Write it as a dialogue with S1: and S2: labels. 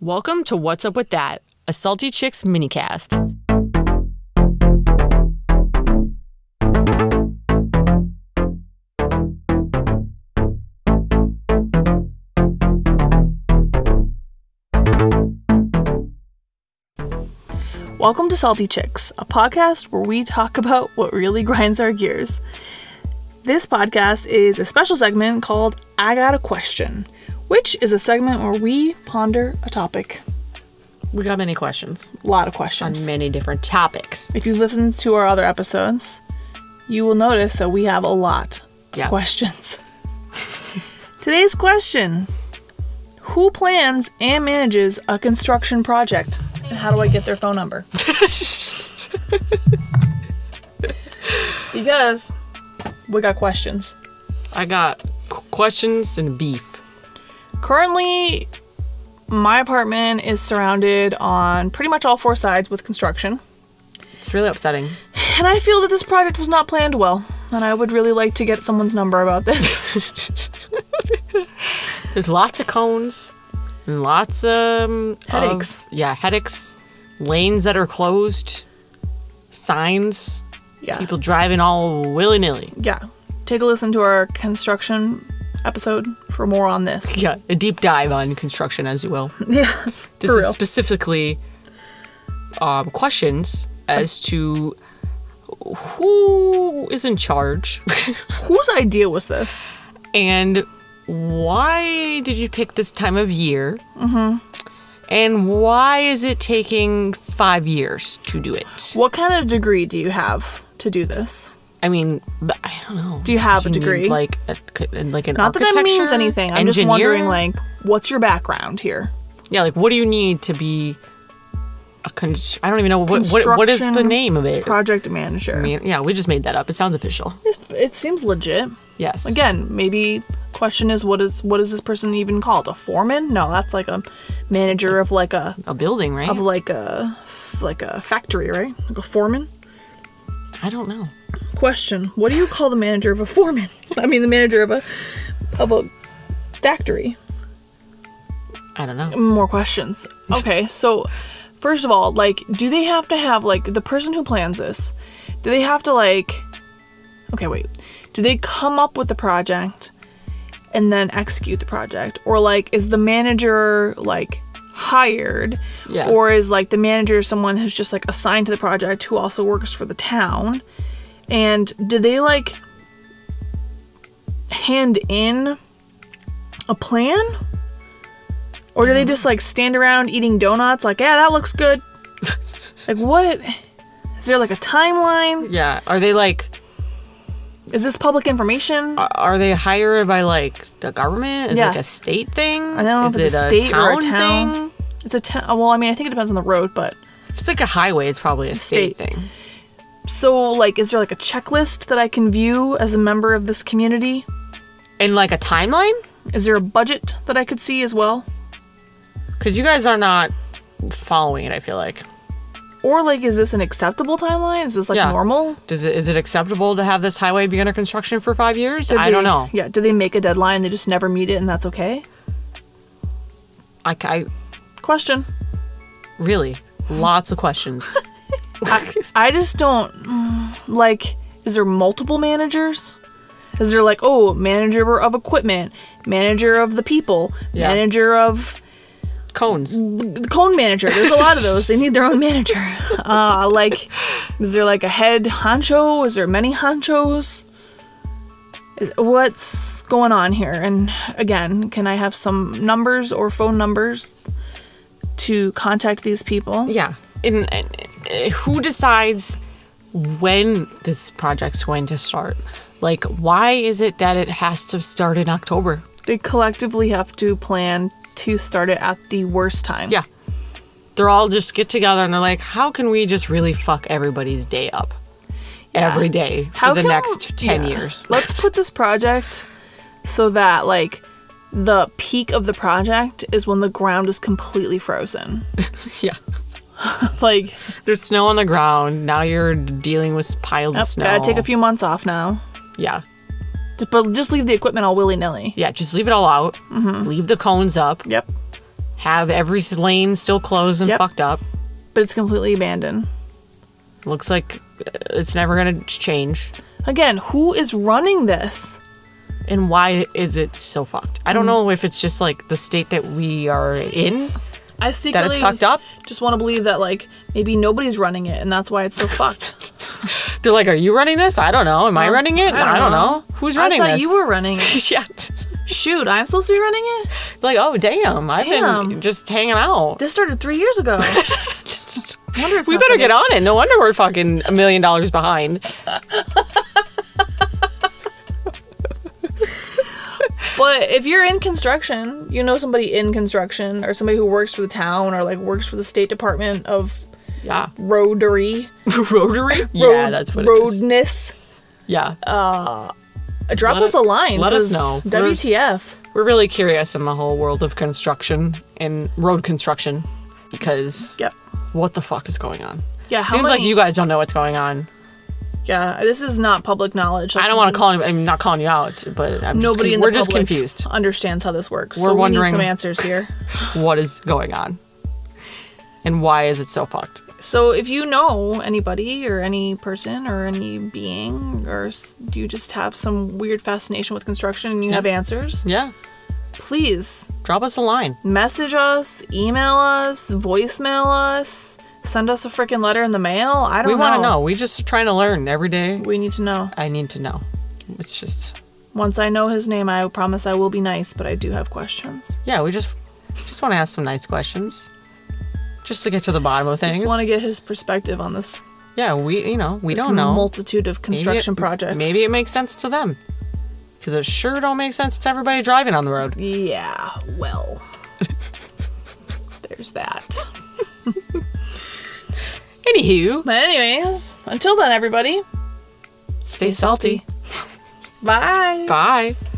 S1: Welcome to What's Up With That, a Salty Chicks minicast.
S2: Welcome to Salty Chicks, a podcast where we talk about what really grinds our gears. This podcast is a special segment called I Got a Question, which is a segment where we ponder a topic.
S1: We got many questions
S2: A lot of
S1: on
S2: questions.
S1: many different topics.
S2: If you've listened to our other episodes, you will notice that we have a lot of
S1: Yeah.
S2: questions. Today's question Who plans and manages a construction project? And how do I get their phone number? Because we got questions.
S1: I got qu- questions and beef.
S2: Currently, my apartment is surrounded on pretty much all four sides with construction.
S1: It's really upsetting.
S2: And I feel that this project was not planned well. And I would really like to get someone's number about this.
S1: There's lots of cones and lots um, of
S2: Headaches.
S1: yeah, headaches, lanes that are closed, signs,
S2: yeah.
S1: people driving all willy nilly.
S2: Yeah. Take a listen to our construction episode for more on this.
S1: Yeah, a deep dive on construction, as you will.
S2: yeah.
S1: This
S2: for
S1: is
S2: real.
S1: specifically um, questions as to who is in charge
S2: Whose idea was this?
S1: and why did you pick this time of year? Mm-hmm. And why is it taking five years to do it?
S2: What kind of degree do you have to do this?
S1: I mean, but I don't know.
S2: Do you have
S1: Did
S2: a
S1: need,
S2: degree?
S1: like, a, c- like an
S2: Not that that means
S1: architecture
S2: anything. I'm just
S1: engineer?
S2: wondering, like, what's your background here?
S1: yeah, like what do you need to be? A con- I don't even know what what, what is the
S2: Construction
S1: name of it.
S2: Project manager.
S1: I mean, yeah, we just made that up. It sounds official.
S2: It's- it seems legit.
S1: Yes.
S2: Again, maybe question is what is what is this person even called? A foreman? No, that's like a manager of like a
S1: a building, right?
S2: of like a like a factory, right? Like a foreman.
S1: I don't know.
S2: question what do you call the manager of a foreman i mean the manager of a of a factory
S1: I don't know.
S2: more questions okay so first of all like do they have to have like the person who plans this do they have to like okay wait do they come up with the project and then execute the project or like is the manager like hired
S1: Yeah.
S2: or is like the manager someone who's just like assigned to the project who also works for the town and do they like hand in a plan or do they just like stand around eating donuts like yeah that looks good like what is there like a timeline
S1: Yeah. Are they like?
S2: is this public information
S1: Are are they hired by like the government? Is it
S2: Yeah.
S1: like a state thing?
S2: I don't know
S1: Is
S2: if it's
S1: it
S2: a
S1: a
S2: state or a
S1: town
S2: town.
S1: thing?
S2: it's a town well i mean i think it depends on the road but
S1: If it's like a highway, it's probably a state,
S2: State.
S1: thing.
S2: so like is there like a checklist that i can view as a member of this community
S1: And like a timeline?
S2: is there a budget that i could see as well
S1: Because you guys are not following it. I feel like.
S2: or like is this an acceptable timeline is this like
S1: Yeah.
S2: normal
S1: Does it is it acceptable to have this highway be under construction for five years? I
S2: They-
S1: don't know.
S2: yeah do they make a deadline they just never meet it and that's okay
S1: I, I
S2: question
S1: really lots of questions.
S2: I just don't mm, like. Is there multiple managers? Is there like oh manager of equipment, manager of the people,
S1: Yeah.
S2: manager of
S1: Cones.
S2: the cone manager? There's a lot of those. They need their own manager. Uh, like, is there like a head honcho? Is there many honchos? Is- What's going on here? And again, can I have some numbers or phone numbers to contact these people?
S1: Yeah. And, and, uh, who decides when this project's going to start? Like, why is it that it has to start in October?
S2: they collectively have to plan to start it at the worst time.
S1: Yeah. They're all just get together and they're like, how can we just really fuck everybody's day up every day for the
S2: can-
S1: next 10
S2: yeah.
S1: years?
S2: Let's put this project so that like the peak of the project is when the ground is completely frozen.
S1: yeah.
S2: like
S1: There's snow on the ground. Now you're dealing with piles
S2: yep,
S1: of snow.
S2: gotta take a few months off now.
S1: Yeah.
S2: Just- But just leave the equipment all willy nilly. Mm-hmm.
S1: Yeah. Just leave it all out. Leave the cones up.
S2: Yep.
S1: have every lane still closed and
S2: Yep.
S1: fucked up.
S2: but it's completely abandoned.
S1: Looks like uh, it's never going to change.
S2: Again, who is running this?
S1: And why is it so fucked? I
S2: Mm.
S1: don't know if it's just like the state that we are in
S2: I
S1: that
S2: secretly
S1: it's fucked up.
S2: just want to believe that like maybe nobody's running it and that's why it's so fucked.
S1: They're like, "Are you running this? I don't know. Am I
S2: Well,
S1: running it? I don't, know. Who's running
S2: I thought
S1: this?"
S2: you were running it.
S1: yeah.
S2: Shoot, I'm supposed to be running it?
S1: Like, oh damn, I've been
S2: Damn.
S1: just hanging out.
S2: This started three years ago. Wonder it's
S1: We
S2: not
S1: better get
S2: finished.
S1: on it. No wonder we're fucking a million dollars behind.
S2: But if you're in construction, you know somebody in construction or somebody who works for the town or like works for the state department of
S1: Yeah.
S2: roadery.
S1: Rotary? yeah,
S2: road-
S1: that's what it is.
S2: roadness.
S1: Yeah.
S2: Uh, Drop
S1: Let
S2: us
S1: it-
S2: a line.
S1: let us
S2: 'cause
S1: know. Let us-
S2: WTF.
S1: We're really curious in the whole world of construction and road construction because
S2: Yep.
S1: what the fuck is going on?
S2: Yeah. How
S1: Seems
S2: many,
S1: like you guys don't know what's going on.
S2: Yeah. This is not public knowledge.
S1: I don't want to call. anybody- I'm not calling you out, but I'm just
S2: Nobody
S1: con-
S2: in the
S1: we're just
S2: public
S1: confused.
S2: Understands how this works.
S1: We're
S2: so
S1: wondering-
S2: We need some answers here.
S1: What is going on? And why is it so fucked?
S2: So if you know anybody or any person or any being or s- you just have some weird fascination with construction and you have answers,
S1: Yeah.
S2: please
S1: Drop us a line.
S2: message us, email us, voicemail us, send us a freaking letter in the mail. I don't
S1: We
S2: know.
S1: want to know. We just trying to learn every day.
S2: We need to know.
S1: I need to know. It's just
S2: Once I know his name, I promise I will be nice, but I do have questions.
S1: yeah. We just just want to ask some nice questions, just to get to the bottom of things.
S2: Just want to get his perspective on this,
S1: yeah. We you know we
S2: this
S1: don't know
S2: multitude of
S1: Maybe it-
S2: construction projects.
S1: Maybe it makes sense to them, because it sure don't make sense to everybody driving on the road.
S2: Yeah, well. There's that.
S1: Anywho,
S2: But anyways, until then everybody,
S1: stay salty.
S2: Bye.
S1: Bye.